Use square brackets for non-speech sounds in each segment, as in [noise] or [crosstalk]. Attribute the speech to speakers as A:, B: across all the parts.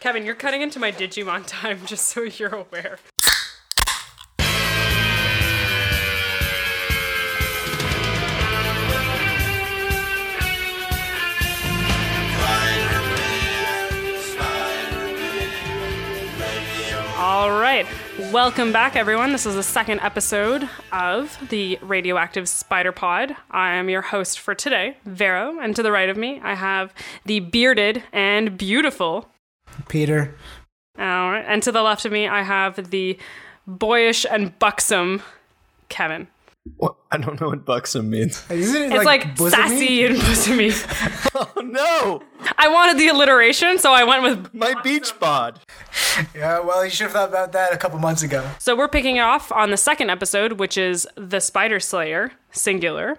A: Kevin, you're cutting into my Digimon time, [laughs] just so you're aware. All right. Welcome back, everyone. This is the second episode of the Radioactive Spider Pod. I am your host for today, Vero, and to the right of me, I have the bearded and beautiful.
B: Peter.
A: All right. And to the left of me, I have the boyish and buxom Kevin.
C: What? I don't know what buxom [laughs] means.
B: Isn't it
A: It's like,
B: bosomy?
A: sassy and bosomy.
C: Oh no!
A: I wanted the alliteration, so I went with.
C: My beach bod.
B: Yeah, well, you should have thought about that a couple months ago.
A: So we're picking it off on the second episode, which is The Spider Slayer, singular.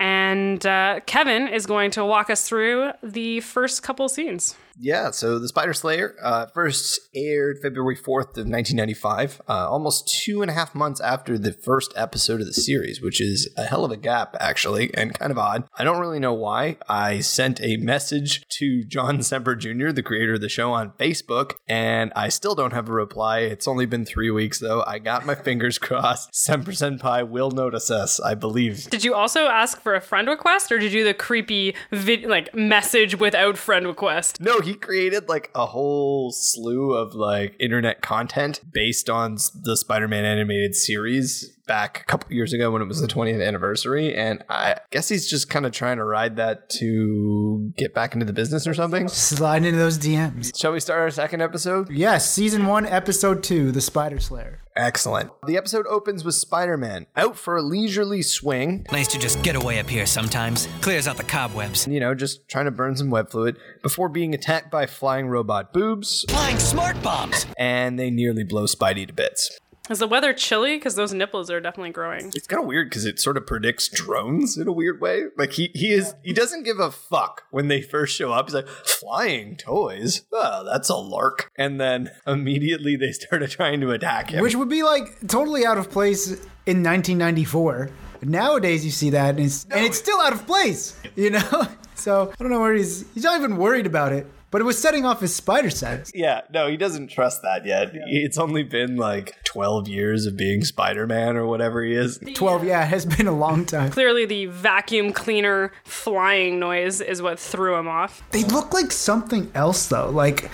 A: And uh, Kevin is going to walk us through the first couple scenes.
C: Yeah, so The Spider Slayer uh, first aired February 4th of 1995, uh, almost two and a half months after the first episode of the series, which is a hell of a gap, actually, and kind of odd. I don't really know why. I sent a message to John Semper Jr., the creator of the show, on Facebook, and I still don't have a reply. It's only been three weeks, though. I got my fingers [laughs] crossed. Semper Senpai will notice us, I believe.
A: Did you also ask for a friend request, or did you do the creepy vid- like message without friend request?
C: No, he created like a whole slew of like internet content based on s- the Spider-Man animated series back a couple years ago when it was the 20th anniversary and I guess he's just kind of trying to ride that to get back into the business or something.
B: Sliding into those DMs.
C: Shall we start our second episode?
B: Yes, season one, episode two, The Spider Slayer.
C: Excellent. The episode opens with Spider-Man out for a leisurely swing
D: Nice to just get away up here sometimes. Clears out the cobwebs.
C: you know, just trying to burn some web fluid before being attacked by flying robot boobs,
D: Flying smart bombs!
C: and they nearly blow Spidey to bits.
A: Is the weather chilly? Because those nipples are definitely growing.
C: It's kind of weird because it sort of predicts drones in a weird way. Like he he is he doesn't give a fuck when they first show up. He's like flying toys. Oh, that's a lark. And then immediately they started trying to attack him.
B: Which would be like totally out of place in 1994. Nowadays, you see that, and it's, and it's still out of place, you know? [laughs] So, I don't know where he's. He's not even worried about it, but it was setting off his spider sense.
C: yeah, no, he doesn't trust that yet. It's only been like 12 years of being Spider-Man or whatever he is.
B: 12, yeah, it has been a long time.
A: Clearly, the vacuum cleaner flying noise is what threw him off.
B: They look like something else though. Like,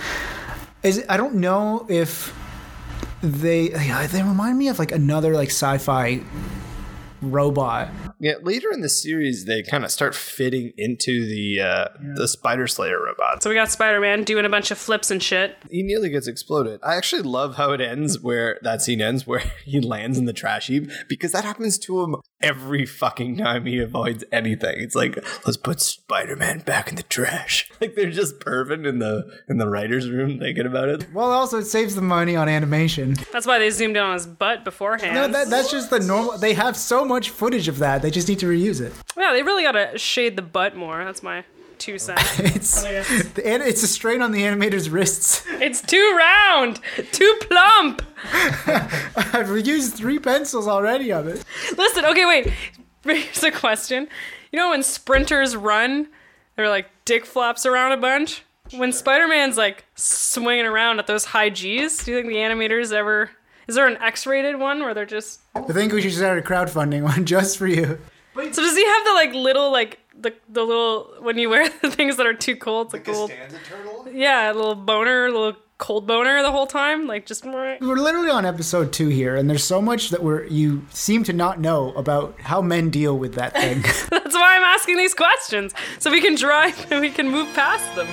B: is I don't know if they yeah, they remind me of like another like sci-fi robot.
C: Yeah, later in the series they kind of start fitting into the uh, the Spider Slayer robots.
A: So we got Spider Man doing a bunch of flips and shit.
C: he nearly gets exploded. I actually love how it ends where that scene ends where [laughs] he lands in the trash heap because that happens to him every fucking time he avoids anything. It's like, let's put Spider-Man back in the trash. [laughs] Like they're just perving in the in the writer's room thinking about it.
B: Well, also it saves the money on animation.
A: That's why they zoomed in on his butt beforehand.
B: No, that, that's just the normal. They have so much footage of that. They just need to reuse it. [laughs]
A: yeah, they really gotta shade the butt more. That's my two cents. [laughs]
B: It's and it's a strain on the animator's wrists. [laughs]
A: it's too round, too plump.
B: I've reused three pencils already of it.
A: Listen, okay, wait. [laughs] Here's a question. You know when sprinters run, they're like dick flops around a bunch? When Spider Man's like swinging around at those high G's, do you think the animators ever. Is there an X rated one where they're just.
B: I think we should start a crowdfunding one just for you.
A: So does he have the like little, like. The, the little when you wear [laughs] the things that are too cold, it's like, a little
C: turtle?
A: yeah, a little boner, a little cold boner the whole time, like just [laughs]
B: We're literally on episode two here, and there's so much that we're you seem to not know about how men deal with that thing. [laughs]
A: That's why I'm asking these questions. So we can drive [laughs] and we can move past them.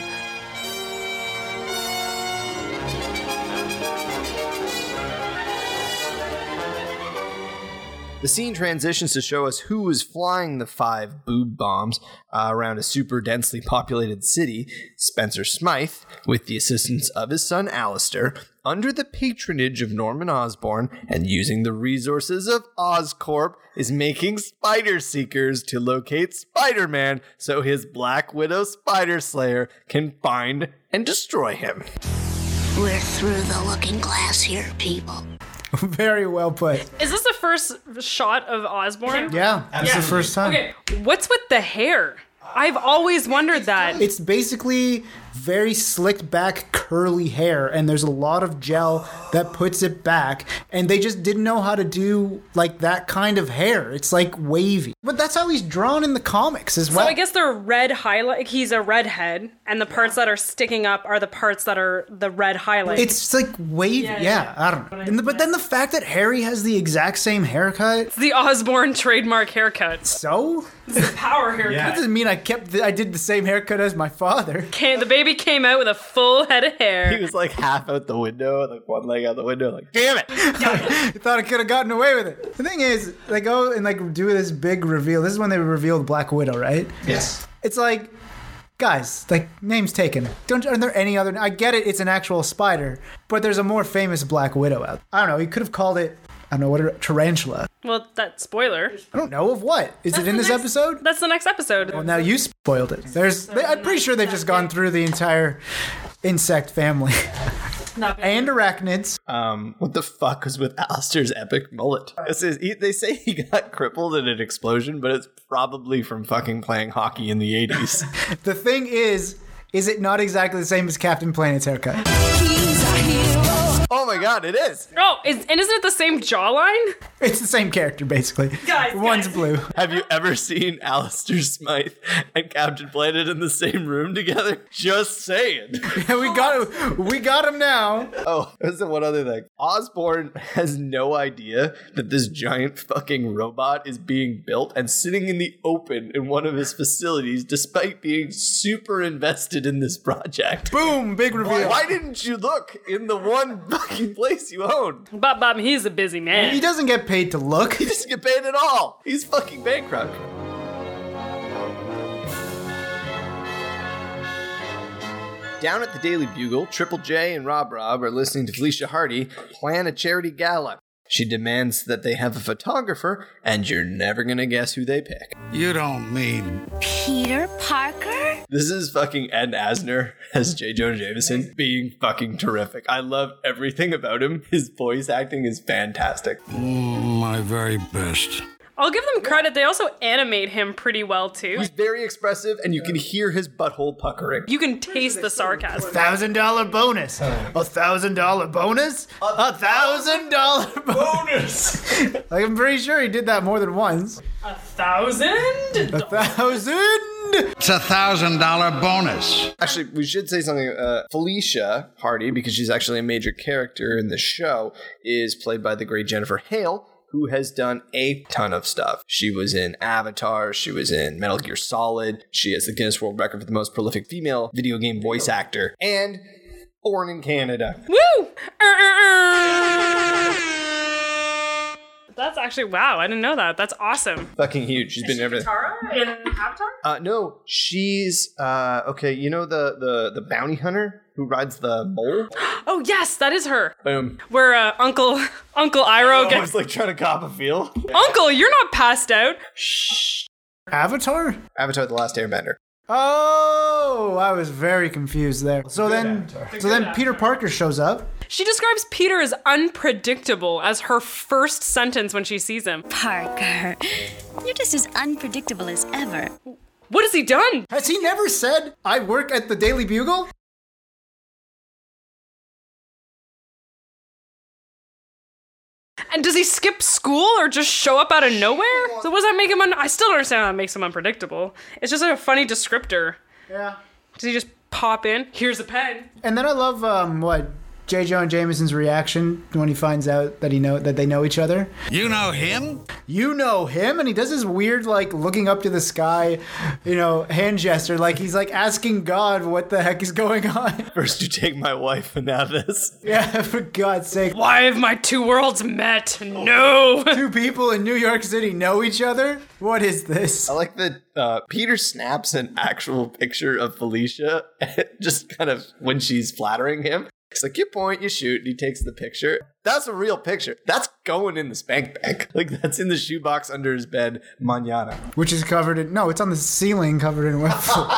C: The scene transitions to show us who is flying the five boob bombs uh, around a super densely populated city. Spencer Smythe, with the assistance of his son Alistair, under the patronage of Norman Osborn and using the resources of Oscorp, is making spider seekers to locate Spider Man so his Black Widow Spider Slayer can find and destroy him.
E: We're through the looking glass here, people.
B: Very well put.
A: Is this the first shot of Osborne?
B: Yeah, that's the first time.
A: Okay, what's with the hair? I've always wondered that.
B: It's basically very slicked back curly hair and there's a lot of gel that puts it back and they just didn't know how to do like that kind of hair it's like wavy but that's how he's drawn in the comics as well
A: So I guess they're red highlight. He's a redhead, and the parts that are sticking up are the parts that are the red highlight.
B: it's like wavy yeah, i don't know and the, but then the fact that harry has the exact same haircut
A: the Osborne trademark haircuts.
B: so
A: Power haircut.
B: that doesn't mean i kept the, i did the same haircut as my father [laughs]
A: Came, [laughs] the baby came out with a full head of hair.
C: He was like half out the window, like one leg out the window, like damn it.
B: I thought I could have gotten away with it. The thing is, they go and like do this big reveal. This is when they revealed Black Widow, right?
C: Yes.
B: It's like, guys, like names taken. Don't aren't there any other? I get it. It's an actual spider, but there's a more famous Black Widow out. I don't know. You could have called it. I don't know what tarantula.
A: well, that spoiler.
B: I don't know of what. Is it in this episode? Oh,
A: That's the next episode.
B: Now you spoiled it. There's. They, I'm pretty sure they've just gone through the entire insect family [laughs] and arachnids.
C: Um, what the fuck was with Alistair's epic mullet? This is, he, they say he got crippled in an explosion, but it's probably from fucking playing hockey in the eighties.
B: The thing is, is it not exactly the same as Captain Planet's haircut?
C: oh my god, it is.
A: Oh, is, and isn't it the same jawline?
B: It's the same character, basically.
A: Guys,
B: One's
A: guys.
B: blue. [laughs]
C: Have you ever seen Alistair Smythe and Captain Planet in the same room together? Just saying.
B: we got we got him now.
C: Oh, there's the one other thing. Osborne has no idea that this giant fucking robot is being built and sitting in the open in one of his facilities despite being super invested in this project.
B: Boom! Big reveal.
C: Why didn't you look in the one [laughs] fucking place you [laughs] own?
A: Bob Bob, he's a busy
B: He
A: man.
B: doesn't get paid to look. [laughs]
C: He doesn't get paid at all. He's fucking bankrupt. Down at the Daily Bugle, Triple J and Rob Rob are listening to Felicia Hardy plan a charity gala. She demands that they have a photographer, and you're never gonna guess who they pick.
F: You don't mean.
E: Peter Parker?
C: This is fucking Ed Asner as J. Jonah Jameson being fucking terrific. I love everything about him. His voice acting is fantastic.
F: My very best.
A: I'll give them credit. They also animate him pretty well too.
C: He's very expressive, and you can hear his butthole puckering.
A: You can taste the sarcasm.
B: Thousand dollar bonus. A thousand dollar bonus.
C: Uh,
B: A thousand dollar bonus. like I'm pretty sure he did that more than once.
A: A thousand.
B: A thousand.
F: It's a thousand dollar bonus.
C: Actually, we should say something. Uh, Felicia Hardy, because she's actually a major character in the show, is played by the great Jennifer Hale, who has done a ton of stuff. She was in Avatar, she was in Metal Gear Solid, she has the Guinness World Record for the most prolific female video game voice
B: Oh.
C: actor, and born in Canada.
A: Woo! Er, That's actually wow. I didn't know that. That's awesome.
C: Fucking huge. She's been in everything.
A: in Avatar?
C: Uh, no, she's uh, okay. You know the the the bounty hunter who rides the mole.
A: Oh yes, that is her.
C: Boom.
A: Where uh, Uncle [laughs] Uncle
B: Oh,
A: Iroh
C: I
A: gets
C: was like trying to cop a feel.
A: Uncle, you're not passed out.
B: Avatar.
C: Avatar: The Last Airbender.
B: Oh, I was very confused there. So then, so then Peter Parker shows up.
A: She describes Peter as unpredictable as her first sentence when she sees him.
E: Parker. You're just as unpredictable as ever.
A: What has he done?
B: Has he never said I work at the Daily Bugle?
A: And does he skip school or just show up out of nowhere? So what does that make him un- I still don't understand how that makes him unpredictable. It's just like a funny descriptor.
B: Yeah.
A: Does he just pop in? Here's a pen.
B: And then I love um, what J. Jonah Jameson's reaction when he finds out that he know that they know each other.
F: You know him?
B: You know him, and he does this weird like looking up to the sky, you know, hand gesture, like he's like asking God what the heck is going on. [laughs]
C: First, you take my wife, and now this.
B: yeah, for God's sake,
A: Why have my two worlds met? [laughs] No.
B: two people in New York City know each other. What is this?
C: I like that uh, Peter snaps an actual picture of Felicia, [laughs] just kind of when she's flattering him. It's like, you point, you shoot, and he takes the picture. That's a real picture. That's going in the spank bank. Like, that's in the shoebox under his bed, manana.
B: Which is covered in no, it's on the ceiling, covered in web fluid.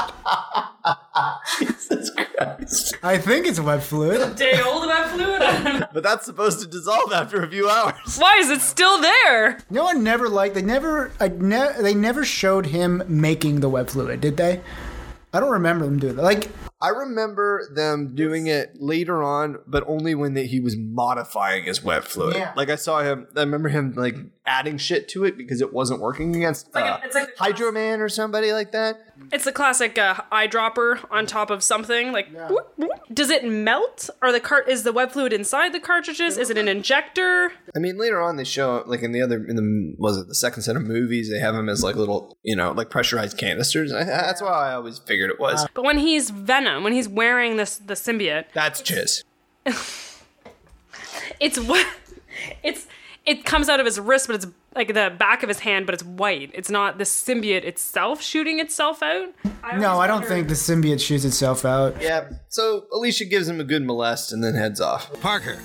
C: [laughs] Jesus Christ.
B: I think it's web fluid.
A: Day old about fluid.
C: But that's supposed to dissolve after a few hours.
A: Why is it still there?
B: No one never liked. They never. I ne- They never showed him making the web fluid, did they? I don't remember them doing that. Like,
C: [laughs] I remember them doing it later on, but only when that he was modifying his web fluid.
B: Yeah.
C: Like I saw him, I remember him like adding shit to it because it wasn't working against
A: like a-
C: uh,
A: it's like-
C: Hydro Man or somebody like that.
A: It's the classic uh, eyedropper on top of something. Like, whoop, whoop. does it melt? Are the cart is the web fluid inside the cartridges? Is it an injector?
C: I mean, later on they show like in the other in the was it the second set of movies they have him as like little you know like pressurized canisters. I, that's why I always figured it was.
A: But when he's Venom, when he's wearing this the symbiote,
C: that's jizz.
A: it's what it's it comes out of his wrist, but it's like the back of his hand, but it's white. It's not the symbiote itself shooting itself out.
B: no, I don't think the symbiote shoots itself out.
C: Yeah. So Alicia gives him a good molest and then heads off.
F: Parker,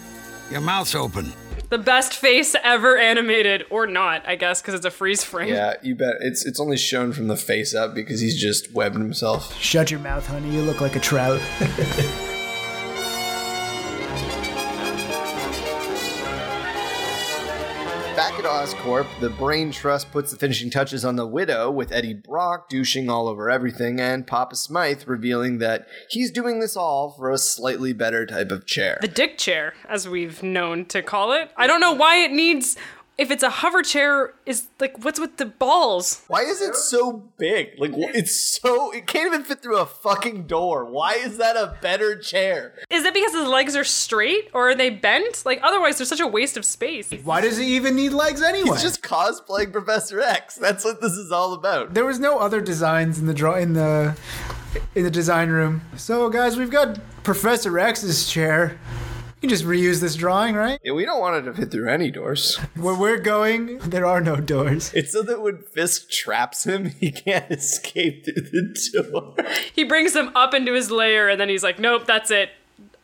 F: your mouth's open.
A: The best face ever animated, or not, I guess, because it's a freeze frame.
C: Yeah, you bet. It's it's only shown from the face up because he's just webbing himself.
B: Shut your mouth, honey. You look like a trout.
C: Back at Oscorp, the Brain Trust puts the finishing touches on the Widow with Eddie Brock douching all over everything and Papa Smythe revealing that he's doing this all for a slightly better type of chair.
A: The dick chair, as we've known to call it. I don't know why it needs. If it's a hover chair, is like what's with the balls?
C: Why is it so big? Like wh- it's so it can't even fit through a fucking door. Why is that a better chair?
A: Is it because his legs are straight or are they bent? Like otherwise, they're such a waste of space.
B: Why does he even need legs anyway?
C: It's just cosplaying Professor X. That's what this is all about.
B: there was no other designs in the draw in the in the design room. So guys, we've got Professor X's chair. You can just reuse this drawing, right?
C: Yeah, we don't want it to fit through any doors.
B: Where we're going, there are no doors.
C: It's so that when Fisk traps him, [laughs] he can't escape through the door.
A: He brings them up into his lair and then he's like, nope, that's it.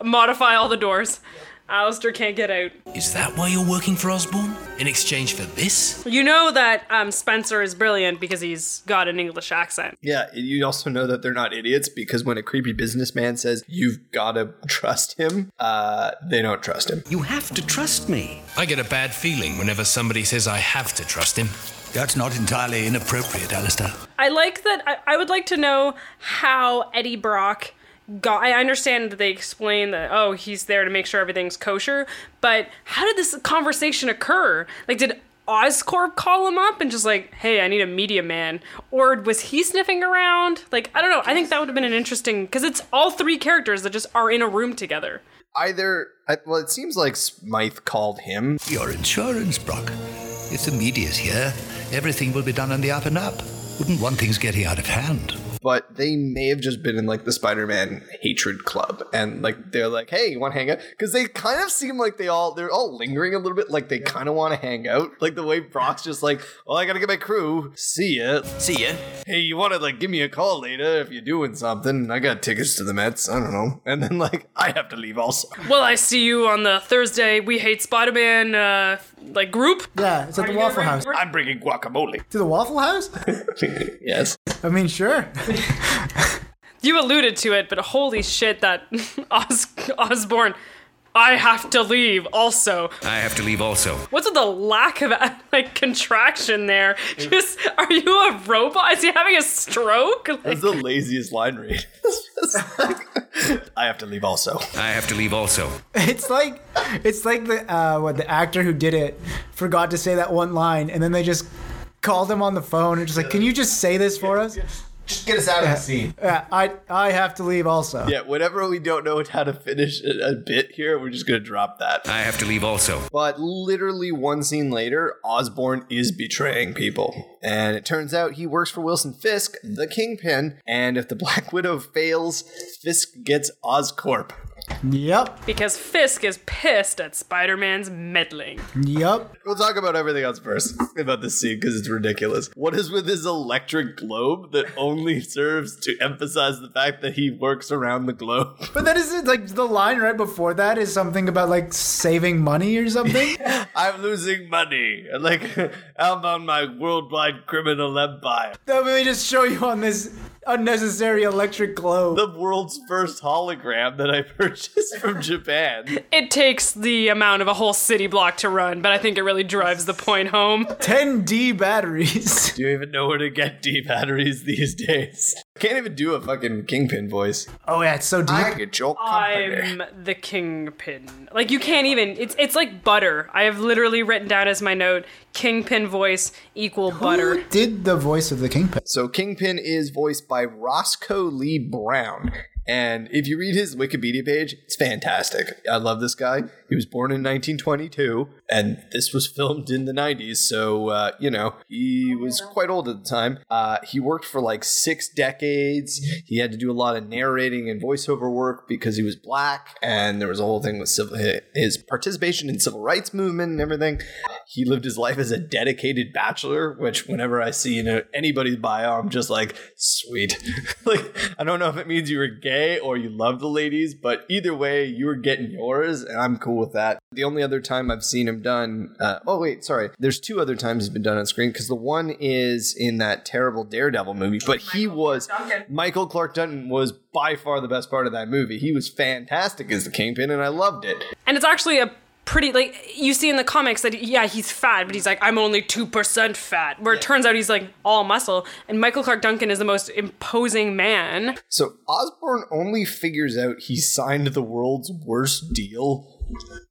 A: Modify all the doors. Alistair can't get out.
D: Is that why you're working for Osborne? In exchange for this?
A: You know that um, Spencer is brilliant because he's got an English accent.
C: Yeah, you also know that they're not idiots because when a creepy businessman says you've got to trust him, uh, they don't trust him.
G: You have to trust me.
H: I get a bad feeling whenever somebody says I have to trust him.
G: That's not entirely inappropriate, Alistair.
A: I like that. I, I would like to know how Eddie Brock got. I understand that they explain that, oh, he's there to make sure everything's kosher, but how did this conversation occur? Like, did Oscorp call him up and just like, hey, I need a media man? Or was he sniffing around? Like, I don't know. I think that would have been an interesting. Because it's all three characters that just are in a room together.
C: Either, I, well, it seems like Smythe called him.
G: Your insurance, Brock. It's immediate here. Everything will be done on the up and up. Wouldn't want things getting out of hand.
C: but they may have just been in like the Spider-Man hatred club, and like they're like, "Hey, you want to hang out?" Because they kind of seem like they all they're all lingering a little bit, like they kind of want to hang out. Like the way Brock's just like, "Well, I gotta get my crew. See ya.
D: See ya.
C: Hey, you want to like give me a call later if you're doing something? I got tickets to the Mets. I don't know." And then like I have to leave also.
A: Well, I see you on the Thursday We Hate Spider Man uh, like group.
B: Yeah, it's at the Waffle House.
C: [laughs] I'm bringing guacamole.
B: To the Waffle House?
C: yes.
B: I mean, sure.
A: You alluded to it, but holy shit, that [laughs] Os- Osborne. I have to leave. Also,
H: I have to leave also.
A: what's with the lack of [laughs] like contraction there? Just are you a robot? Is he having a stroke? Like,
C: That's the laziest line read. [laughs] I have to leave also.
H: I have to leave also.
B: It's like it's like the uh, what the actor who did it forgot to say that one line, and then they just called him on the phone and just like, "Can you just say this for us?"
C: Just get us out of the scene.
B: Yeah, I I have to leave also.
C: Yeah, whenever we don't know how to finish a, a bit here, we're just going to drop that.
H: I have to leave also.
C: But literally one scene later, Osborne is betraying people. And it turns out he works for Wilson Fisk, the kingpin. And if the Black Widow fails, Fisk gets Oscorp.
B: Yep.
A: because Fisk is pissed at Spider Man's meddling.
B: Yep.
C: We'll talk about everything else first [laughs] about this scene because it's ridiculous. What is with his electric globe that only [laughs] serves to emphasize the fact that he works around the globe? [laughs]
B: But that is it. Like the line right before that is something about like saving money or
C: [laughs]
B: something.
C: I'm losing money. [laughs] and Like, I'm on my worldwide criminal empire.
B: that they just show you on this unnecessary electric globe.
C: the world's first hologram that I [laughs] purchased from Japan.
A: It takes the amount of a whole city block to run, but I think it really drives the point home.
B: 10D batteries. [laughs]
C: Do you even know where to get D batteries these [laughs] days? Can't even do a fucking kingpin voice.
B: Oh yeah, it's so deep.
C: I could Joel Carpenter.
A: I'm the kingpin. Like you can't even. It's it's like butter. I have literally written down as my note kingpin voice equal butter.
B: Who did the voice of the kingpin?
C: So Kingpin is voiced by Roscoe Lee Brown. And if you read his Wikipedia page, it's fantastic. I love this guy. He was born in 1922, and this was filmed in the 90s. So, uh, you know, he was quite old at the time. Uh, he worked for like six decades. He had to do a lot of narrating and voiceover work because he was black, and there was a whole thing with civil, his participation in civil rights movement and everything. He lived his life as a dedicated bachelor, which whenever I see you know anybody's bio, I'm just like, sweet. [laughs] like I don't know if it means you were gay or you love the ladies, but either way, you were getting yours, and I'm cool with that. The only other time I've seen him done, uh, oh wait, sorry, there's two other times he's been done on screen because the one is in that terrible Daredevil movie, but he was Michael Clark Duncan was by far the best part of that movie. He was fantastic as the Kingpin, and I loved it.
A: And it's actually a pretty like you see in the comics that yeah he's fat, but he's like I'm only two percent fat. Where it turns out he's like all muscle. And Michael Clark Duncan is the most imposing man.
C: So Osborne only figures out he signed the world's worst deal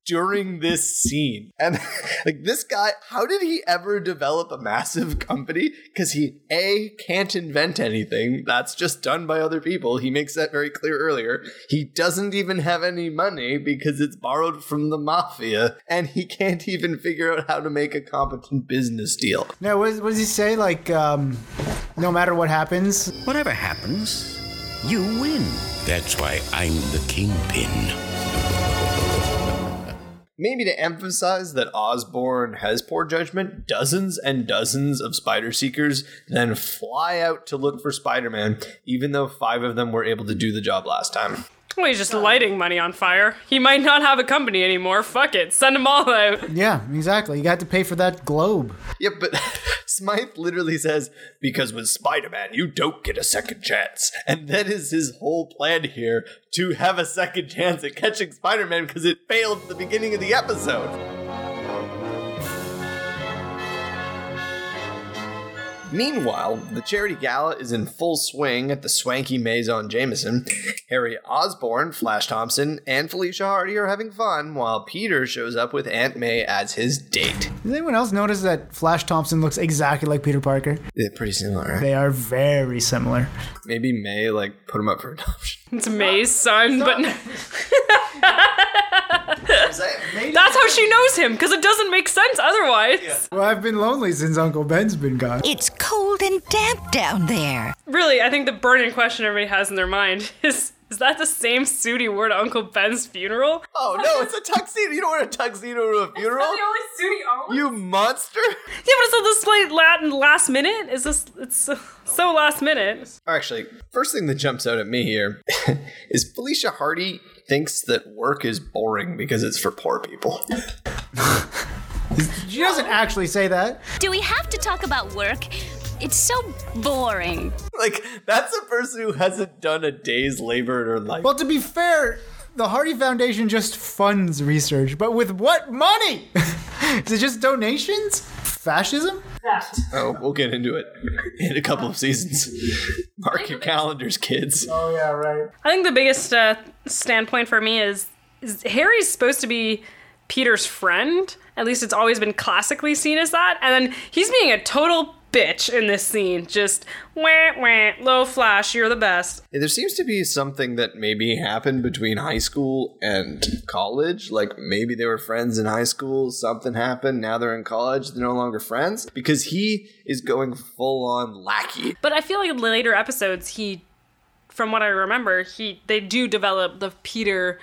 C: during this scene. And [laughs] like this guy, how did he ever develop a massive company? Because he A can't invent anything. That's just done by other people. He makes that very clear earlier. He doesn't even have any money because it's borrowed from the mafia, and he can't even figure out how to make a competent business deal.
B: No, what, what does he say? Like, um, no matter what happens,
I: Whatever happens, you win.
F: That's why I'm the kingpin.
C: maybe to emphasize that Osborne has poor judgment, dozens and dozens of spider seekers then fly out to look for Spider Man, even though five of them were able to do the job last time.
A: Well, he's just lighting money on fire. He might not have a company anymore. Fuck it, send them all out.
B: yeah, exactly. You got to pay for that globe.
C: Yep, but [laughs] Smythe literally says, because with Spider Man, you don't get a second chance. And that is his whole plan here to have a second chance at catching Spider Man because it failed at the beginning of the episode. Meanwhile, the charity gala is in full swing at the swanky Maison Jameson. Harry Osborne, Flash Thompson, and Felicia Hardy are having fun while Peter shows up with Aunt May as his date.
B: Does anyone else notice that Flash Thompson looks exactly like Peter Parker?
C: They're pretty similar, right?
B: They are very similar.
C: Maybe May like put him up for adoption. [laughs]
A: It's May's son, but [laughs] that's how she knows him because it doesn't make sense otherwise.
B: Well, I've been lonely since Uncle Ben's been gone.
E: It's cold and damp down there.
A: Really, I think the burning question everybody has in their mind [laughs] is. Is that the same suit he wore to Uncle Ben's funeral?
C: Oh no, it's a tuxedo. You don't wear a tuxedo to a funeral,
A: only suit he owns?
C: you monster!
A: Yeah, but it's all this like Latin last minute. Is this? It's so, so last minute.
C: Actually, first thing that jumps out at me here [laughs] is Felicia Hardy thinks that work is boring because it's for poor people.
B: She doesn't actually say that.
J: Do we have to talk about work? It's so boring.
C: [laughs] like that's a person who hasn't done a day's labor in her life.
B: Well, to be fair, the Hardy Foundation just funds research, but with what money? [laughs] Is it just donations? Fascism?
C: Oh, we'll get into it in a couple of seasons. Mark your calendars, kids.
B: Oh yeah, right.
A: I think the biggest uh, standpoint for me is, is Harry's supposed to be Peter's friend. At least it's always been classically seen as that. And then he's being a total bitch in this scene. Just wah wah, low flash. You're the best.
C: There seems to be something that maybe happened between high school and college. Like maybe they were friends in high school, something happened, now they're in college, they're no longer friends because he is going full on lackey.
A: But I feel like in later episodes, he, from what I remember, he they do develop the Peter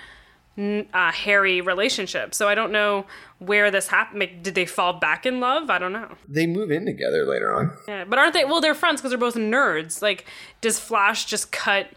A: n- uh, Harry relationship. So I don't know where this happened. Like, did they fall back in love? I don't know.
C: They move in together later on.
A: Yeah, but aren't they? Well, they're friends because they're both nerds. Like, does Flash just cut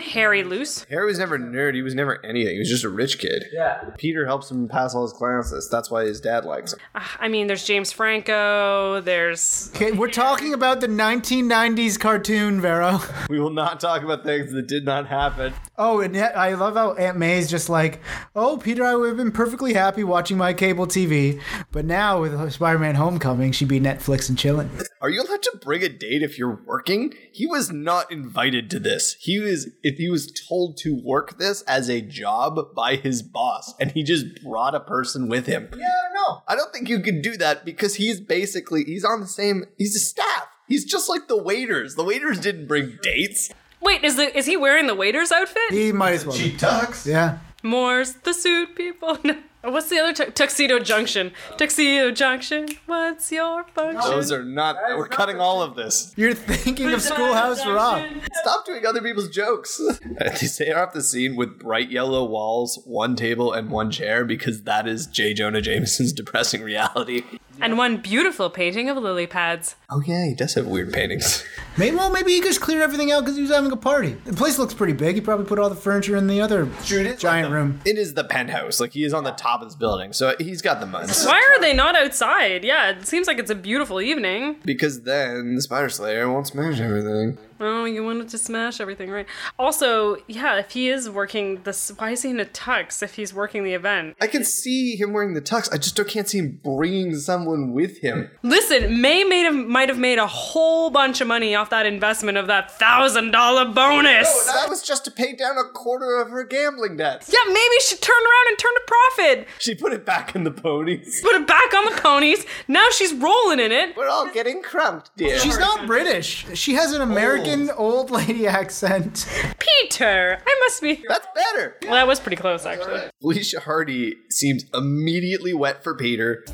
A: Harry loose.
C: Harry was never a nerd. He was never anything. He was just a rich kid. Yeah. Peter helps him pass all his classes. That's why his dad likes him.
A: I mean, there's James Franco. There's
B: Okay, we're talking about the 1990s cartoon, Vero.
C: We will not talk about things that did not happen.
B: Oh, and yet I love how Aunt May's just like, oh, Peter, I would have been perfectly happy watching my cable TV, but now with Spider Man Homecoming, she'd be Netflix and chilling.
C: Are you allowed to bring a date if you're working? He was not invited to this. He was if he was told to work this as a job by his boss, and he just brought a person with him. Yeah, I don't know. I don't think you can do that because he's basically he's on the same he's a staff. He's just like the waiters. The waiters didn't bring dates.
A: wait, is the is he wearing the waiter's outfit?
B: He might as well.
K: Cheap tux.
B: Yeah.
A: More's the suit, people. [laughs] No. What's the other tu- tuxedo junction? Tuxedo junction. What's your function?
C: Those are not we're cutting all of this.
B: You're thinking of Schoolhouse Rock.
C: Stop doing other people's jokes. [laughs] they start off the scene with bright yellow walls, one table, and one chair because that is J. Jonah Jameson's [laughs] depressing reality.
A: And one beautiful painting of lily pads.
C: Oh yeah, he does have weird paintings. [laughs]
B: Maybe, well, maybe he just cleared everything out because he was having a party. The place looks pretty big. He probably put all the furniture in the other giant room.
C: It is the penthouse. Like he is on the top of this building, so he's got the months.
A: Why are they not outside? Yeah, it seems like it's a beautiful evening.
C: Because then the Spider Slayer won't smash everything.
A: Oh, you wanted to smash everything, right? Also, yeah, if he is working this, why is he in a tux if he's working the event?
C: I can see him wearing the tux. I just don't- can't see him bringing someone with him.
A: Listen, May made a, might have made a whole bunch of money off that investment of that thousand dollar bonus.
C: That was just to pay down a quarter of her gambling debts.
A: Yeah, maybe she turned around and turned a profit.
C: She put it back in the ponies. [laughs]
A: Put it back on the ponies. Now she's rolling in it.
C: We're all getting crumped, dear.
B: She's not British. She has an
C: Oh.
B: American old lady [laughs] accent.
A: Peter, I must be.
C: That's better.
A: Well, that was pretty close, actually.
C: Felicia Hardy seems immediately wet for Peter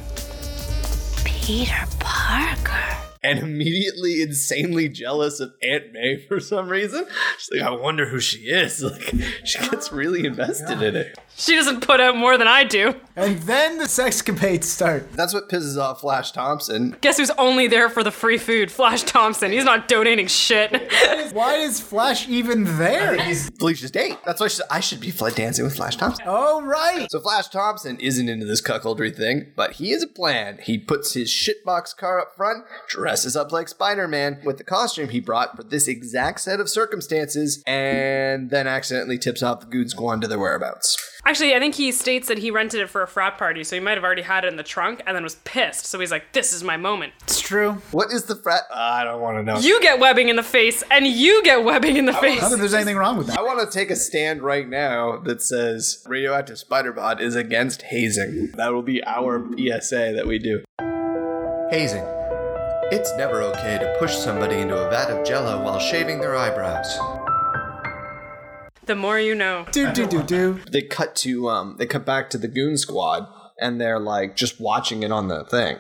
E: Peter Parker.
C: and immediately insanely jealous of Aunt May for some reason. She's like, I wonder who she is. [laughs] Like, she gets really invested in it.
A: She doesn't put out more than I do.
B: And then the sexcapades start.
C: That's what pisses off Flash Thompson.
A: Guess who's only there for the free food? Flash Thompson. He's not donating shit. [laughs]
B: Why is Flash even there?
C: He's Felicia's date. That's why she's, I should be flat dancing with Flash Thompson.
B: Oh, right.
C: So Flash Thompson isn't into this cuckoldry thing, but he has a plan. He puts his shitbox car up front, dresses up like Spider-Man with the costume he brought for this exact set of circumstances, and then accidentally tips off the goon squad to their whereabouts.
A: Actually, I think he states that he rented it for a frat party, so he might have already had it in the trunk and then was pissed. So he's like, this is my moment.
B: It's true.
C: What is the frat? I don't want to know.
A: You get webbing in the face, and you get webbing in the
B: Not that
A: face.
B: there's anything wrong with that.
C: I want to take a stand right now that says radioactive spider bot is against hazing. That will be our PSA that we do.
K: Hazing. It's never okay to push somebody into a vat of jello while shaving their eyebrows.
A: The more you know.
B: Do, do, do, do.
C: They cut to um they cut back to the goon squad and they're like just watching it on the thing.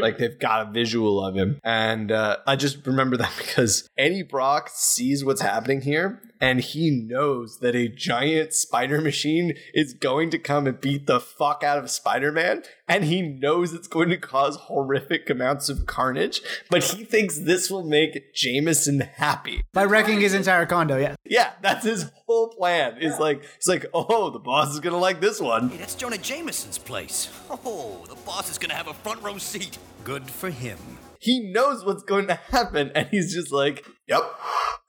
C: like they've got a visual of him. And uh, I just remember that [laughs] because Eddie Brock sees what's happening here and he knows that a giant spider machine is going to come and beat the fuck out of Spider-Man and he knows it's going to cause horrific amounts of carnage, but he thinks this will make Jameson happy.
B: By wrecking his entire condo, yeah.
C: Yeah, that's his whole plan. It's like it's like, "Oh, the boss is going to like this one."
I: Hey, that's Jonah Jameson's place. Oh, the boss is gonna have a front row seat. Good for him.
C: he knows what's going to happen and he's just like yep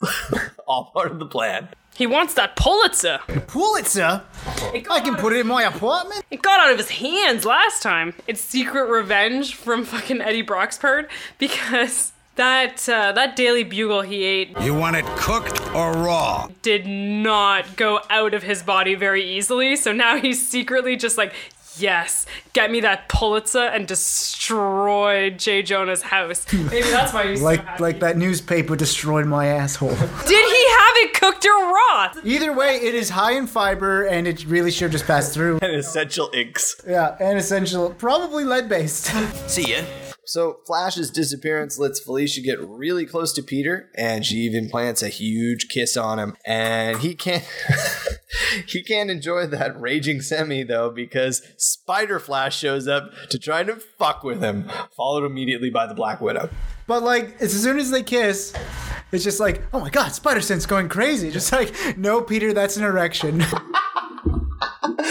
C: [laughs] all part of the plan
A: He wants that Pulitzer.
B: Pulitzer? I can put it in my apartment?
A: It got out of his hands last time. It's secret revenge from fucking Eddie Broxford because that uh, that Daily Bugle he ate
I: You want it cooked or raw?
A: did not go out of his body very easily. So now he's secretly just like, yes, get me that Pulitzer and destroy Jay Jonah's
B: [laughs]
A: house. Maybe that's why he's so
B: Like,
A: happy.
B: like that newspaper destroyed my asshole.
A: Did he have it cooked or raw?
B: Either way, it is high in fiber and it really should just pass through.
C: and essential inks
B: Yeah, and essential, probably lead based.
I: See ya.
C: so flash's disappearance lets felicia get really close to peter and she even plants a huge kiss on him and he can't [laughs] he can't enjoy that raging semi though because spider flash shows up to try to fuck with him followed immediately by the black widow
B: But like, as soon as they kiss, It's just like, oh my god, Spider Sense going crazy. Just like, no, Peter, that's an erection. [laughs]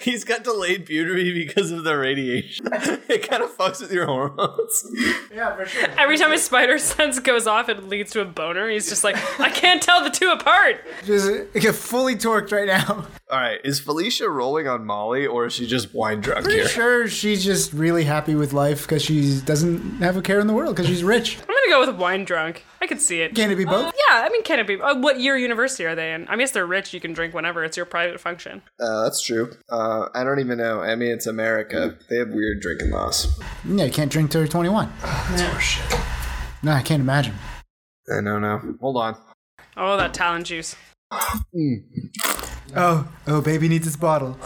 C: He's got delayed puberty because of the radiation. [laughs] it kind of fucks with your hormones. [laughs]
B: yeah, for sure.
A: Every time his spider [laughs] sense goes off, it leads to a boner. He's just like, I can't tell the two apart.
B: Just get fully torqued right now.
C: All right, is Felicia rolling on Molly or is she just wine drunk
B: Pretty
C: here?
B: sure she's just really happy with life because she doesn't have a care in the world because she's rich.
A: I'm gonna go with wine drunk. I could see it.
B: Can it be both?
A: yeah, I mean, can it be? Uh, what year university are they in? I guess they're rich. You can drink whenever. It's your private function.
C: Uh, that's true. Uh, I don't even know. I mean, it's America. They have weird drinking laws.
B: Yeah, you can't drink till you're 21. No, I can't imagine.
C: I don't know. Hold on.
A: Oh, that Talon juice.
C: Hmm.
B: Oh, oh, baby needs his bottle.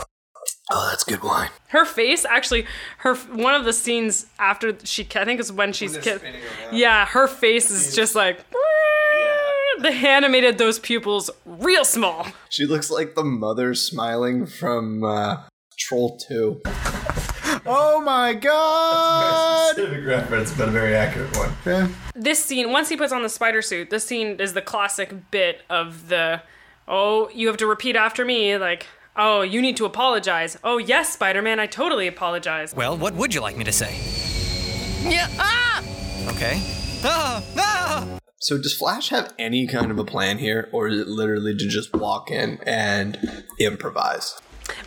C: Oh, that's good wine.
A: Her face, actually, her one of the scenes after she, I think it's when she's kissed. Yeah, her face is just like. They animated those pupils real small.
C: She looks like the mother smiling from uh, Troll 2.
B: Oh my god!
K: Specific reference, but a very accurate one.
B: Yeah.
A: this scene once he puts on the spider suit this scene is the classic bit of the oh you have to repeat after me like oh you need to apologize oh yes spider-man i totally apologize
D: Well, what would you like me to say?
J: Uh,
D: Yeah. Ah! Okay. Ah! Ah!
C: So does Flash have any kind of a plan here, or is it literally to just walk in and improvise?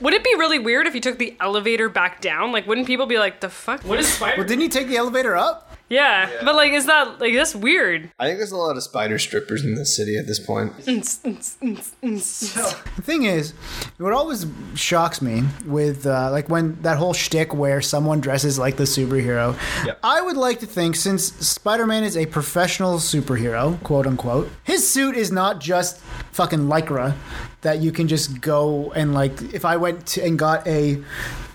A: would it be really weird if you took the elevator back down like wouldn't people be like the fuck what is spider
B: Well, didn't he take the elevator up?
A: yeah. but like is that like that's weird
C: I think there's a lot of spider strippers in this city at this point.
A: Mm-hmm.
B: The thing is, what always shocks me with uh, like when that whole shtick where someone dresses like the superhero, I would like to think since Spider-Man is a professional superhero, quote unquote, his suit is not just fucking lycra that you can just go and like. If I went to, and got a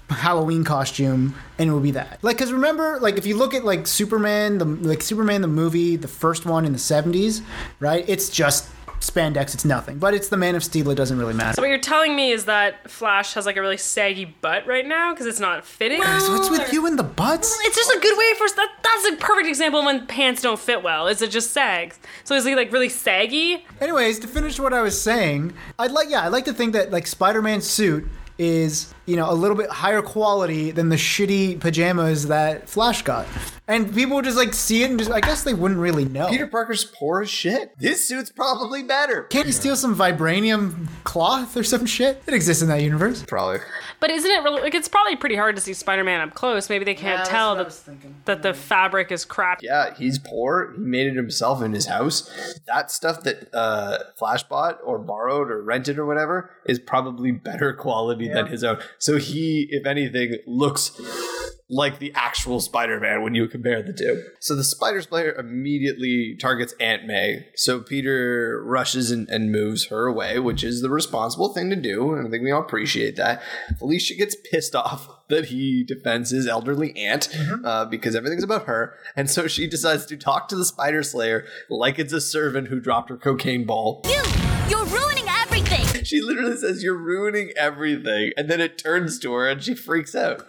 B: Halloween costume, and it would be that. Like, cause remember, like if you look at like Superman, the like Superman the movie, the first one in the '70s, right? It's just spandex. It's nothing. But it's the Man of Steel. It doesn't really matter.
A: so what you're telling me is that flash has like a really saggy butt right now because it's not fitting
B: So what's with you and the butts?
A: it's just a good way for that. That's a perfect example of when pants don't fit well. Is it just sags? So is he like really saggy?
B: Anyways, to finish what I was saying, I'd like yeah, I'd like to think that like Spider-Man's suit is, you know, a little bit higher quality than the shitty pajamas that Flash got. And people would just like see it and just I guess they wouldn't really know.
C: Peter Parker's poor as shit. This suit's probably better.
B: can't you steal some vibranium cloth or some shit? It exists in that universe.
C: Probably.
A: But isn't it really, like it's probably pretty hard to see Spider-Man up close? Maybe they can't tell that, that the fabric is crap.
C: Yeah, he's poor. He made it himself in his house. That stuff that uh, Flash bought or borrowed or rented or whatever is probably better quality than his own. So he, if anything, looks like the actual Spider-Man when you compare the two. So the Spider's player immediately targets Aunt May. So Peter rushes and, and moves her away, which is the responsible thing to do, and I think we all appreciate that. Felicia gets pissed [laughs] off that he defends his elderly aunt uh, because everything's about her, and so she decides to talk to the Spider Slayer like it's a servant who dropped her cocaine ball.
J: You! You're ruining everything!
C: She literally says, "You're ruining everything," and then it turns to her, and she freaks out.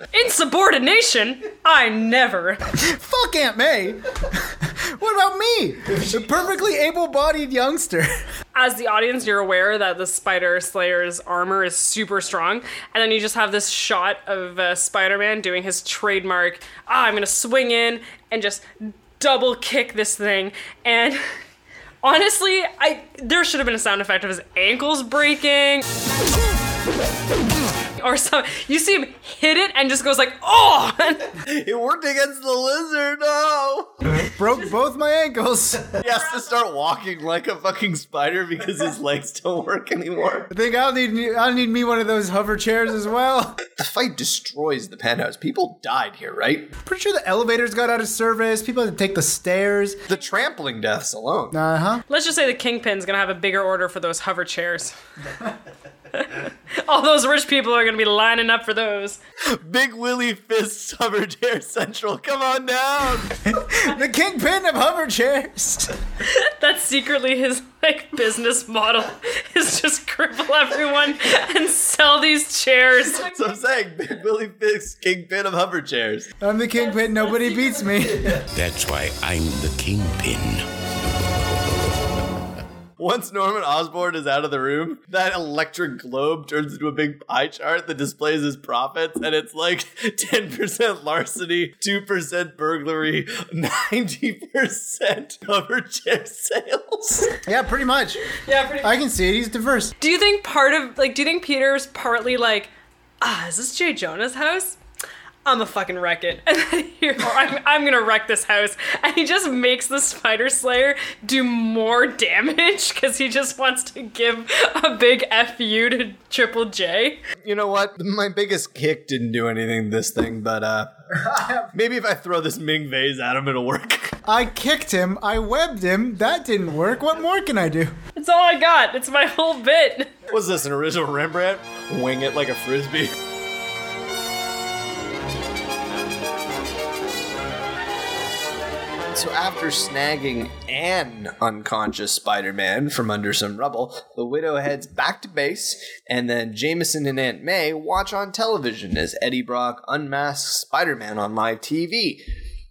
A: Insubordination? I never.
B: Fuck Aunt May. [laughs] what about me? A perfectly able-bodied youngster. [laughs]
A: As the audience, you're aware that the Spider Slayer's armor is super strong, and then you just have this shot of uh, Spider-Man doing his trademark. Ah, I'm gonna swing in and just double kick this thing. And [laughs] honestly, I there should have been a sound effect of his ankles breaking. [laughs] Or something. You see him hit it and just goes like, oh! [laughs]
C: It worked against the lizard. No.
B: Broke both my ankles.
C: He has to start walking like a fucking spider because his legs don't work anymore.
B: I think I'll need I'll need me one of those hover chairs as well.
C: The fight destroys the penthouse. People died here, right?
B: [laughs] Pretty sure the elevators got out of service. People had to take the stairs.
C: The trampling deaths alone.
B: Uh huh.
A: Let's just say the kingpin's gonna have a bigger order for those hover chairs. All those rich people are gonna be lining up for those.
C: Big Willy Fist [laughs] Summer Dare Central. Come on [laughs] down.
B: The kingpin of hover chairs. [laughs]
A: That's secretly his like business model [laughs] is just cripple everyone and sell these chairs.
C: So I'm saying Big Willy Fist, Kingpin of Hover Chairs.
B: I'm the kingpin. Nobody beats me. [laughs]
F: That's why I'm the kingpin.
C: Once Norman Osborn is out of the room, that electric globe turns into a big pie chart that displays his profits, and it's like [laughs] 10% larceny, 2% burglary, [laughs] 90% cover chip sales. [laughs]
B: Yeah, pretty much.
A: Yeah, pretty
B: I can see it. He's diverse.
A: Do you think part of like do you think Peter's partly like, ah, is this Jay Jonah's house? I'm a fucking wreck it. [laughs] And then here, I'm, I'm gonna wreck this house. And he just makes the Spider Slayer do more damage [laughs] because he just wants to give a big FU to Triple J.
C: You know what? My biggest kick didn't do anything to this thing, but uh maybe if I throw this Ming vase at him, it'll work. [laughs]
B: I kicked him. I webbed him. That didn't work. What more can I do?
A: It's all I got. It's my whole bit.
C: Was this an original Rembrandt? Wing it like a frisbee. So after snagging an unconscious Spider-Man from under some rubble, the widow heads back to base, and then Jameson and Aunt May watch on television as Eddie Brock unmasks Spider-Man on live TV.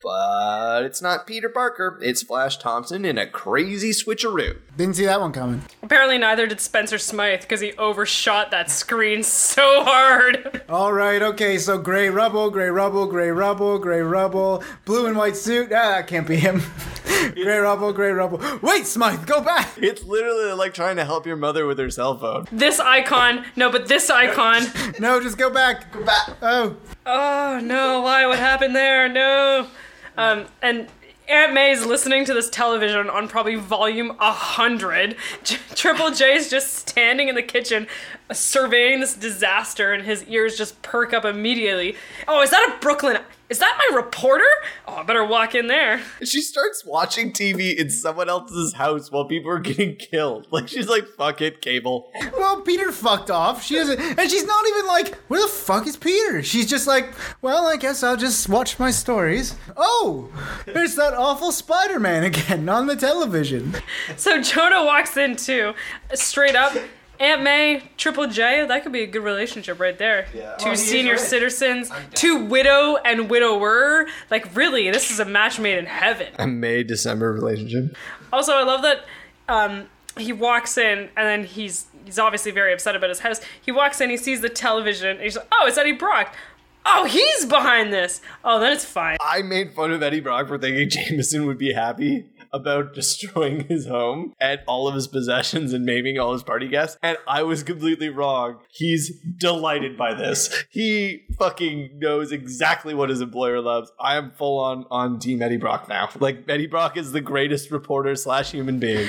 C: But it's not Peter Parker, it's Flash Thompson in a crazy switcheroo.
B: Didn't see that one coming.
A: Apparently, neither did Spencer Smythe because he overshot that screen so hard.
B: All right, okay, so gray rubble, gray rubble, gray rubble, gray rubble, blue and white suit. Ah, that can't be him. [laughs] gray rubble, gray rubble. Wait, Smythe, go back. [laughs]
C: It's literally like trying to help your mother with her cell phone.
A: This icon, no, but this icon.
B: No, just go back. Go back. Oh.
A: Oh no! Why? What happened there? No. Um, and Aunt May is listening to this television on probably volume hundred. [laughs] J- Triple J is just standing in the kitchen, uh, surveying this disaster, and his ears just perk up immediately. Oh, is that a Brooklyn? Is that my reporter? Oh, I better walk in there.
C: She starts watching TV in someone else's house while people are getting killed. Like she's like, fuck it, cable.
B: Well, Peter fucked off. She doesn't, and she's not even like, where the fuck is Peter? She's just like, well, I guess I'll just watch my stories. Oh, there's that awful Spider Man again [laughs] on the television.
A: So Jonah walks in too, straight up. Aunt May, Triple J, that could be a good relationship right there. Two
L: Oh, he is
A: senior
L: right.
A: citizens, two widow and widower. Like, really, this is a match made in heaven.
C: A May December relationship.
A: Also, I love that um, he walks in and then he's he's obviously very upset about his house. He walks in, he sees the television, and he's like, "Oh, it's Eddie Brock. Oh, he's behind this. Oh, then it's fine."
C: I made fun of Eddie Brock for thinking Jameson would be happy about destroying his home and all of his possessions and maiming all his party guests, and I was completely wrong. He's delighted by this. He fucking knows exactly what his employer loves. I am full on on Team Eddie Brock now. Like Eddie Brock is the greatest reporter slash human being.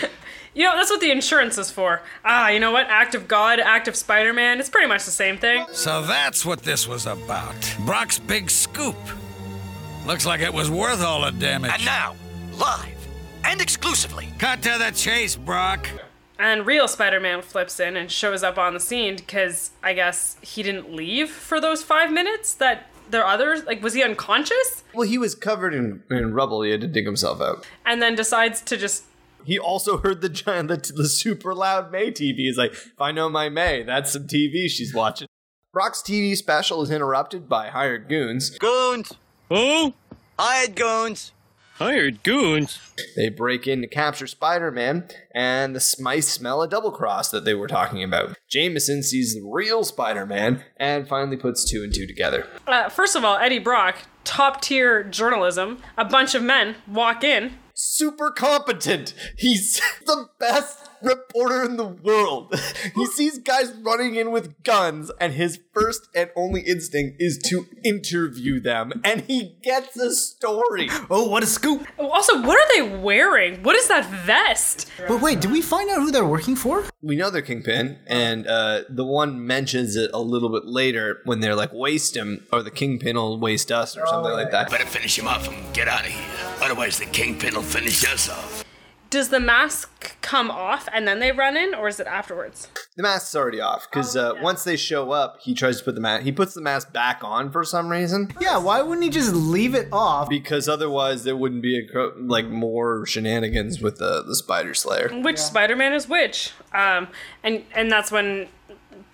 A: You know, that's what the insurance is for. Ah, you know what? Act of God, act of Spider Man. It's pretty much the same thing.
M: So that's what this was about. Brock's big scoop. Looks like it was worth all the damage. And now, live and exclusively. Cut to the chase, Brock.
A: And real Spider Man flips in and shows up on the scene because I guess he didn't leave for those five minutes that their others, like, was he unconscious?
C: Well, he was covered in, in rubble. He had to dig himself out.
A: And then decides to just.
C: He also heard the giant, the, the super loud May TV. He's like, if I know my May, that's some TV she's watching. Brock's TV special is interrupted by hired goons. Goons! Who? Hired goons! Hired goons? They break in to capture Spider Man, and the Smice smell a double cross that they were talking about. Jameson sees the real Spider Man and finally puts two and two together.
A: Uh, first of all, Eddie Brock, top tier journalism. A bunch of men walk in.
C: Super competent! He's [laughs] the best reporter in the world. he sees guys running in with guns, and his first and only instinct is to interview them, and he gets a story.
B: Oh, what a scoop!
A: Also, what are they wearing? What is that vest?
B: But wait, did we find out who they're working for?
C: We know they're Kingpin, and uh, the one mentions it a little bit later when they're like, waste him, or the Kingpin will waste us, or something like that.
M: Better finish him off and get out of here. Otherwise, the kingpin will finish us off.
A: Does the mask come off and then they run in, or is it afterwards?
C: The mask's already off because uh, once they show up, he tries to put the mask. He puts the mask back on for some reason.
B: Yeah, why wouldn't he just leave it off?
C: Because otherwise, there wouldn't be a cro- like more shenanigans with the the Spider Slayer.
A: Which Spider-Man is which? Um, and and that's when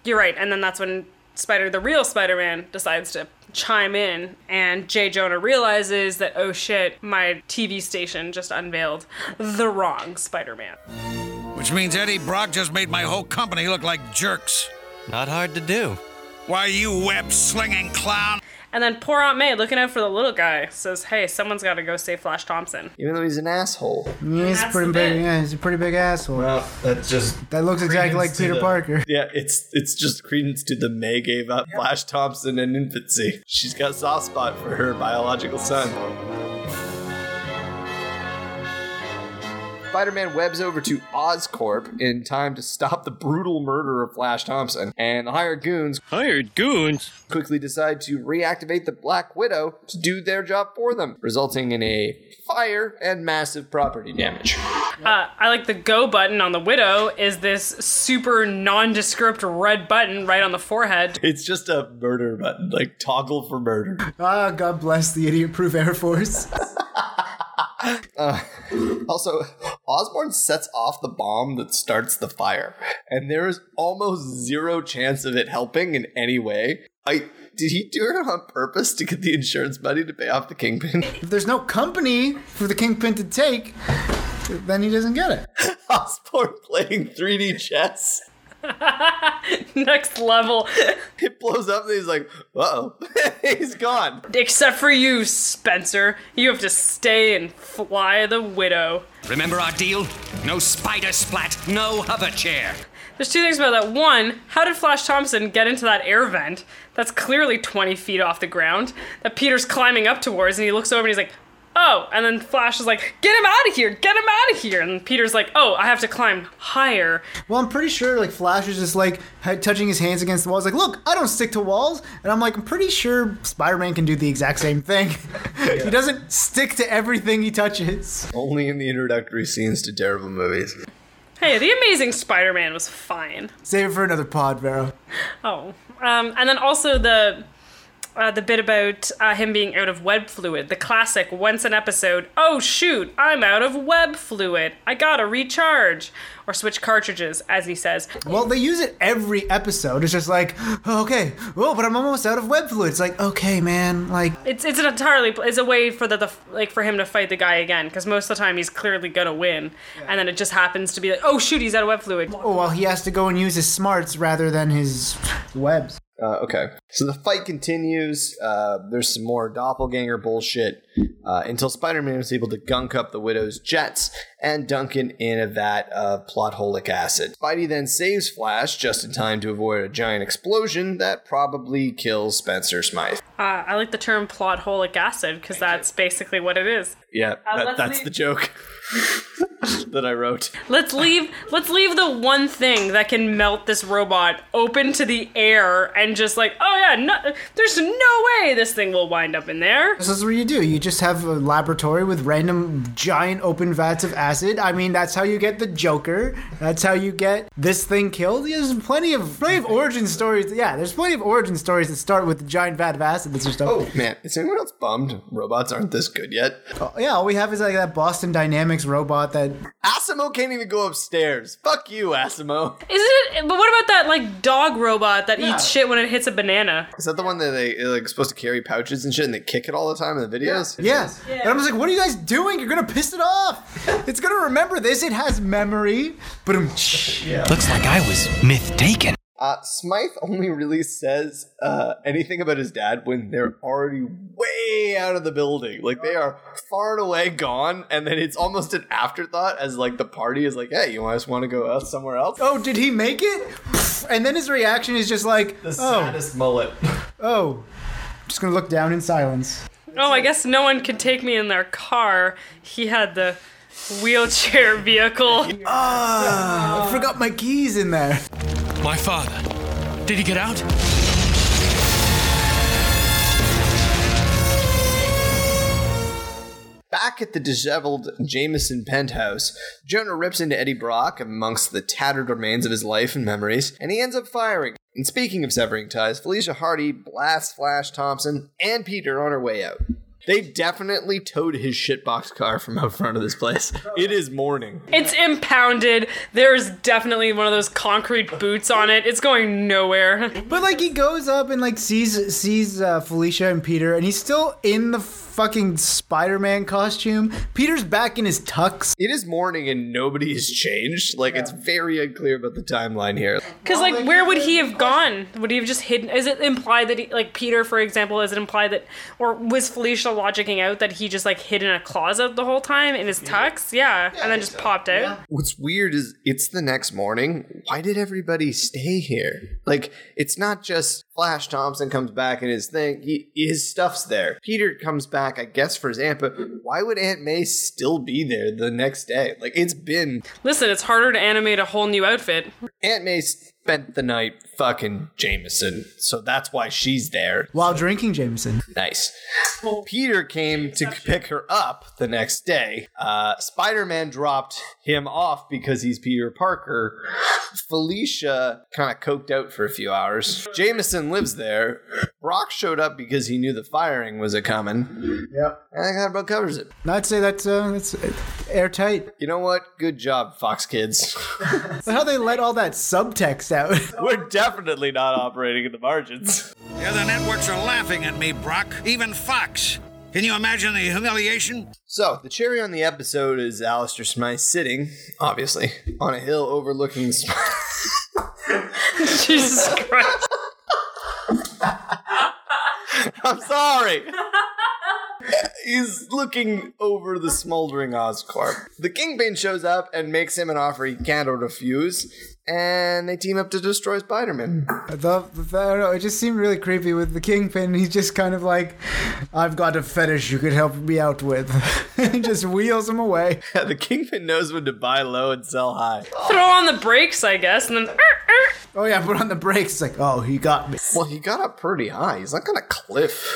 A: you're right. And then that's when Spider, the real Spider-Man, decides to chime in, and Jay Jonah realizes that oh shit, my TV station just unveiled the wrong Spider-Man.
M: Which means Eddie Brock just made my whole company look like jerks. Not hard to do. Why, you web slinging clown!
A: And then poor Aunt May, looking out for the little guy, says, "Hey, someone's got to go save Flash Thompson."
C: Even though he's an asshole.
B: Yeah, he's
A: That's
B: pretty
A: the
B: big.
A: bit.
B: Yeah, he's a pretty big asshole.
C: That's just
B: that looks exactly like
C: credence to
B: Peter
C: the-
B: Parker.
C: Yeah, it's it's just credence to the May gave up Flash Thompson in infancy. She's got a soft spot for her biological son. Spider Man webs over to Oscorp in time to stop the brutal murder of Flash Thompson, and the hired goons. Hired goons? Quickly decide to reactivate the Black Widow to do their job for them, resulting in a fire and massive property damage.
A: Uh, I like the go button on the widow is this super nondescript red button right on the forehead. [laughs]
C: It's just a murder button, like toggle for murder.
B: Ah, God bless the idiot-proof Air Force.
C: Uh, also, [laughs] Osborn sets off the bomb that starts the fire, and there is almost zero chance of it helping in any way. I did he do it on purpose to get the insurance money to pay off the kingpin? [laughs]
B: if there's no company for the kingpin to take, then he doesn't get it.
C: Osborn playing 3D chess.
A: Next level.
C: It blows up and he's like, uh oh. [laughs] he's gone.
A: Except for you, Spencer. You have to stay and fly the widow.
L: Remember our deal? No spider splat, no hover chair.
A: There's two things about that. One, how did Flash Thompson get into that air vent? That's clearly 20 feet off the ground that Peter's climbing up towards, and he looks over and he's like, oh. And then Flash is like, get him out of here, get him out of here. And Peter's like, oh, I have to climb higher.
B: Well, I'm pretty sure like Flash is just like ha- touching his hands against the walls, like, look, I don't stick to walls, and I'm like, I'm pretty sure Spider-Man can do the exact same thing. [laughs] he doesn't stick to everything he touches.
C: Only in the introductory scenes to terrible movies.
A: Hey, The Amazing Spider Man was fine.
B: Save it for another pod, Vero.
A: Oh, um, and then also the uh, the bit about uh, him being out of web fluid, the classic once an episode. Oh shoot, I'm out of web fluid. I gotta recharge or switch cartridges, as he says.
B: Well, they use it every episode. It's just like, okay, oh, but I'm almost out of web fluid. It's like, okay, man, like,
A: It's it's an entirely it's a way for the, the like for him to fight the guy again because most of the time he's clearly gonna win, and then it just happens to be like oh shoot he's out of web fluid.
B: oh, well, he has to go and use his smarts rather than his webs.
C: Uh, okay. So the fight continues. Uh, there's some more doppelganger bullshit uh, until Spider Man is able to gunk up the Widow's jets and Duncan in a vat of plotholic acid. Spidey then saves Flash just in time to avoid a giant explosion that probably kills Spencer Smythe.
A: Uh, I like the term plot holic acid because that's basically what it is.
C: Yeah,
A: Uh,
C: that,
A: let's
C: that's
A: leave-
C: the joke [laughs] that I wrote.
A: Let's leave let's leave the one thing that can melt this robot open to the air and just like, oh yeah, no, there's no way this thing will wind up in there.
B: This is what you do. You just have a laboratory with random giant open vats of acid. I mean, that's how you get the Joker. That's how you get this thing killed. There's plenty of plenty of origin stories. Yeah, there's plenty of origin stories that start with the giant vat of acid. That's your stuff.
C: Oh man, is anyone else bummed robots aren't this good yet?
B: Oh, Yeah, all we have is like that Boston Dynamics robot that
C: Asimo can't even go upstairs. Fuck you, Asimo.
A: Isn't it but what about that like dog robot that
C: Yeah.
A: eats shit when it hits a banana?
C: Is that the one that they they're, like supposed to carry pouches and shit and they kick it all the time in the videos?
B: Yes. And I'm just like, what are you guys doing? You're gonna piss it
C: [laughs]
B: off. it's gonna remember this. It has memory. But yeah.
D: Looks like I was mistaken.
C: Uh, Smythe only really says uh, anything about his dad when they're already way out of the building. Like they are far and away gone, and then it's almost an afterthought as like the party is like, "Hey, you guys want to go out somewhere else?"
B: Oh, did he make it? And then his reaction is just like,
C: The
B: oh,
C: saddest mullet. [laughs]
B: oh. I'm just gonna look down in silence.
A: Oh, I guess no one could take me in their car. He had the wheelchair [laughs] vehicle.
B: Ah, I forgot my keys in there.
H: My father. Did he get out?
C: Back at the disheveled Jameson penthouse, Jonah rips into Eddie Brock amongst the tattered remains of his life and memories, and he ends up firing. And speaking of severing ties, Felicia Hardy blasts Flash Thompson and Peter on her way out. They definitely towed his shitbox car from out front of this place. It is morning.
A: It's impounded. There's definitely one of those concrete boots on it. It's going nowhere.
B: But like he goes up and like sees sees uh, Felicia and Peter, and he's still in the fucking Spider-Man costume. Peter's back in his tux.
C: It is morning and nobody has changed. Like it's very unclear about the timeline here.
A: Because like, where would he have gone? Would he have just hidden? Is it implied that he, like Peter, for example, is it implied that, or was Felicia logicking out that he just like hid in a closet the whole time in his tux? Yeah, and then just popped out.
C: What's weird is it's the next morning. Why did everybody stay here? Like, it's not just Flash Thompson comes back in his thing. He, his stuff's there. Peter comes back, I guess, for his aunt. But why would Aunt May still be there the next day? Like, it's been
A: Listen, it's harder to animate a whole new outfit. [laughs]
C: Aunt May spent the night fucking Jameson, so that's why she's there.
B: While drinking Jameson.
C: Nice. Peter came to pick her up the next day. Uh, Spider Man dropped him off because he's Peter Parker. Felicia kind of coked out for a few hours. Jameson lives there. Brock showed up because he knew the firing was a coming. Yep. I think that about covers it.
B: No, I'd say that's uh, that's airtight.
C: You know what? Good job, Fox Kids.
B: But how they let all that subtext out?
C: [laughs]
B: [laughs]
C: We're definitely not operating in the margins.
M: The other networks are laughing at me, Brock. Even Fox. Can you imagine the humiliation?
C: So, the cherry on the episode is Alistair Smythe sitting, obviously, on a hill overlooking the sm-
A: Jesus Christ.
C: I'm sorry. He's looking over the smoldering Oscorp. The Kingpin shows up and makes him an offer he can't refuse, and they team up to destroy Spider Man.
B: I thought- I don't know. It just seemed really creepy with the kingpin. He's just kind of like, "I've got a fetish you could help me out with," [laughs] and just wheels him away.
C: [laughs] the Kingpin knows when to buy low and sell high.
A: Throw on the brakes, I guess, and then. "Er,
B: Oh yeah, put on the brakes. It's like, oh, he got me.
C: Well, he got up pretty high. He's like on a cliff.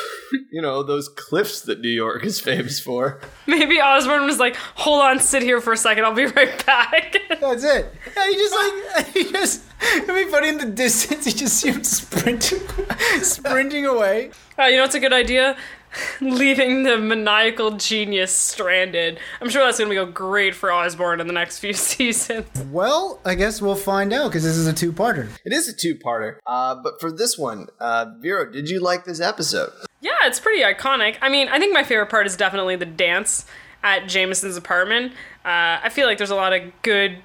C: You know, those cliffs that New York is famous for.
A: Maybe Osborn was like, "Hold on, sit here for a second. I'll be [laughs] right back."
B: That's it. Yeah, he just like [laughs] he just it'd be funny in the distance. He just see him sprinting, [laughs] sprinting away.
A: Uh, you know what's a good idea? [laughs] Leaving the maniacal genius stranded. I'm sure that's gonna go great for Osborn in the next few [laughs] seasons.
B: Well, I guess we'll find out because this is a two-parter.
C: It is a two parter. Uh, but for this one, uh, Vero, did you like this episode?
A: Yeah, it's pretty iconic. I mean, I think my favorite part is definitely the dance at Jameson's apartment. Uh, I feel like there's a lot of good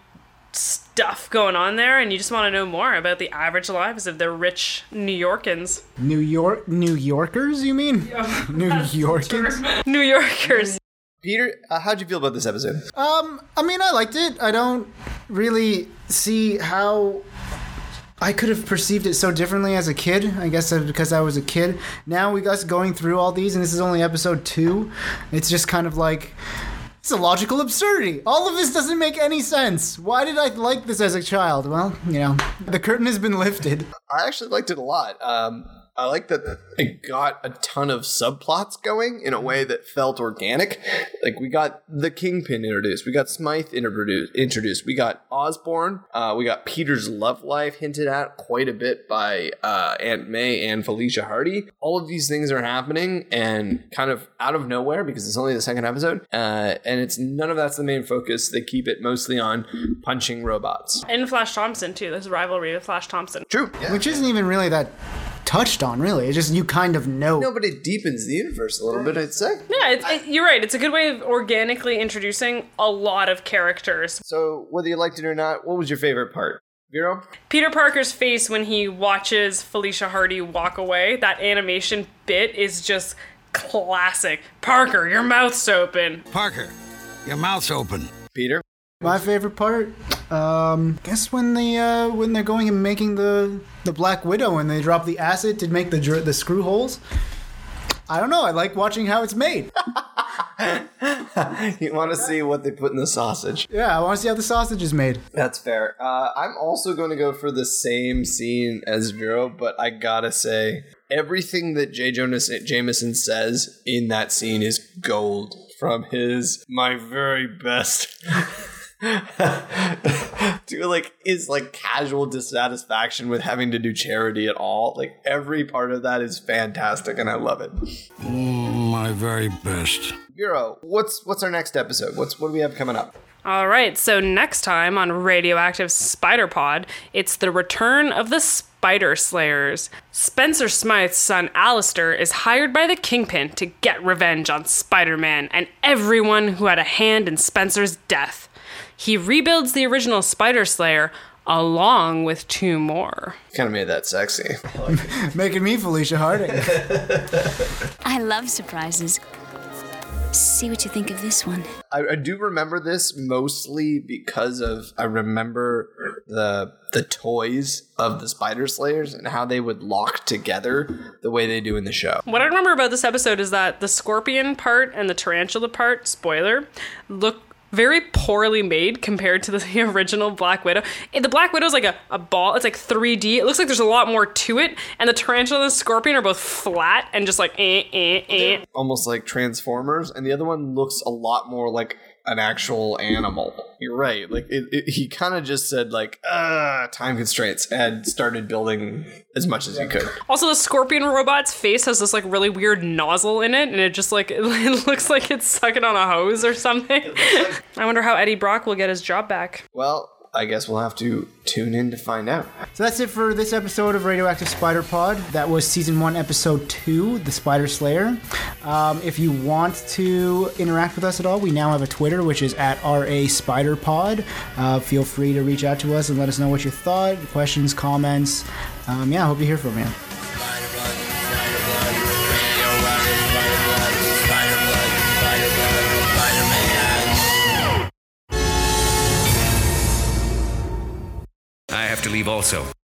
A: stuff going on there, and you just want to know more about the average lives of the rich New Yorkans. [laughs]
B: New York, New Yorkers, you mean? New Yorkers.
A: New Yorkers.
C: Peter, uh, how'd you feel about this episode?
B: Um, I mean, I liked it. I don't really see how I could have perceived it so differently as a kid. I guess that's because I was a kid. Now we us going through all these, and this is only episode two. It's just kind of like. It's a logical absurdity. All of this doesn't make any sense. Why did I like this as a child? Well, you know, the curtain has been lifted.
C: I actually liked it a lot. Um, I like that it got a ton of subplots going in a way that felt organic. Like we got the Kingpin introduced, we got Smythe introduced, introduced, we got Osborne, uh, we got Peter's love life hinted at quite a bit by uh, Aunt May and Felicia Hardy. All of these things are happening and kind of out of nowhere because it's only the second episode, uh, and it's none of that's the main focus. They keep it mostly on punching robots.
A: And Flash Thompson, too. There's a rivalry with Flash Thompson.
C: True.
B: Which isn't even really that touched on, really. It's just you kind of know.
C: No, but it deepens the universe a little bit, I'd say.
A: Yeah, it's, it, you're right. It's a good way of organically introducing a lot of characters.
C: So, whether you liked it or not, what was your favorite part? Vero?
A: Peter Parker's face when he watches Felicia Hardy walk away, that animation bit is just classic. Parker, your mouth's open.
M: Parker, your mouth's open.
C: Peter? [laughs]
B: My favorite part, um, guess when they uh, when they're going and making the the Black Widow and they drop the acid to make the dr- the screw holes. I don't know. I like watching how it's made. [laughs]
C: you want to see what they put in the sausage.
B: Yeah, I want to see how the sausage is made. [laughs]
C: That's fair. Uh, I'm also going to go for the same scene as Vero, but I gotta say, everything that J. Jonas Jameson says in that scene is gold from his my very best. [laughs] to like is like casual dissatisfaction with having to do charity at all like every part of that is fantastic and i love it
M: Mm, my very best.
C: Vero, what's what's our next episode? What's what do we have coming up?
A: All right, so next time on Radioactive Spider Pod, it's the return of the Spider Slayers. Spencer Smythe's son Alistair is hired by the Kingpin to get revenge on Spider Man and everyone who had a hand in Spencer's death. He rebuilds the original Spider Slayer along with two more.
C: Kind of made that sexy.
B: Making me Felicia Harding.
J: I love surprises. See what you think of this one.
C: I, I do remember this mostly because of I remember the the toys of the Spider Slayers and how they would lock together the way they do in the show.
A: What I remember about this episode is that the scorpion part and the tarantula part, spoiler, look very poorly made compared to the [laughs] original Black Widow. Eh, The Black Widow is like a, a ball, it's like 3D. It looks like there's a lot more to it, and the tarantula and the scorpion are both flat and just like eh, eh, eh.
C: Almost like Transformers, and the other one looks a lot more like an actual animal. You're right. Like it, it, he kind of just said like uh time constraints and started building as much as he could.
A: Also, the scorpion robot's face has this like really weird nozzle in it, and it just like [laughs] it looks like it's sucking on a hose or something. [laughs] I wonder how Eddie Brock will get his job back.
C: Well, I guess we'll have to tune in to find out.
B: So that's it for this episode of Radioactive Spider Pod. That was season one, episode two, The Spider Slayer. Um, if you want to interact with us at all, we now have a Twitter, which is at RA Spider Pod. Uh, feel free to reach out to us and let us know what you thought, questions, comments. Um, yeah, I hope you hear from you.
N: I have to leave also.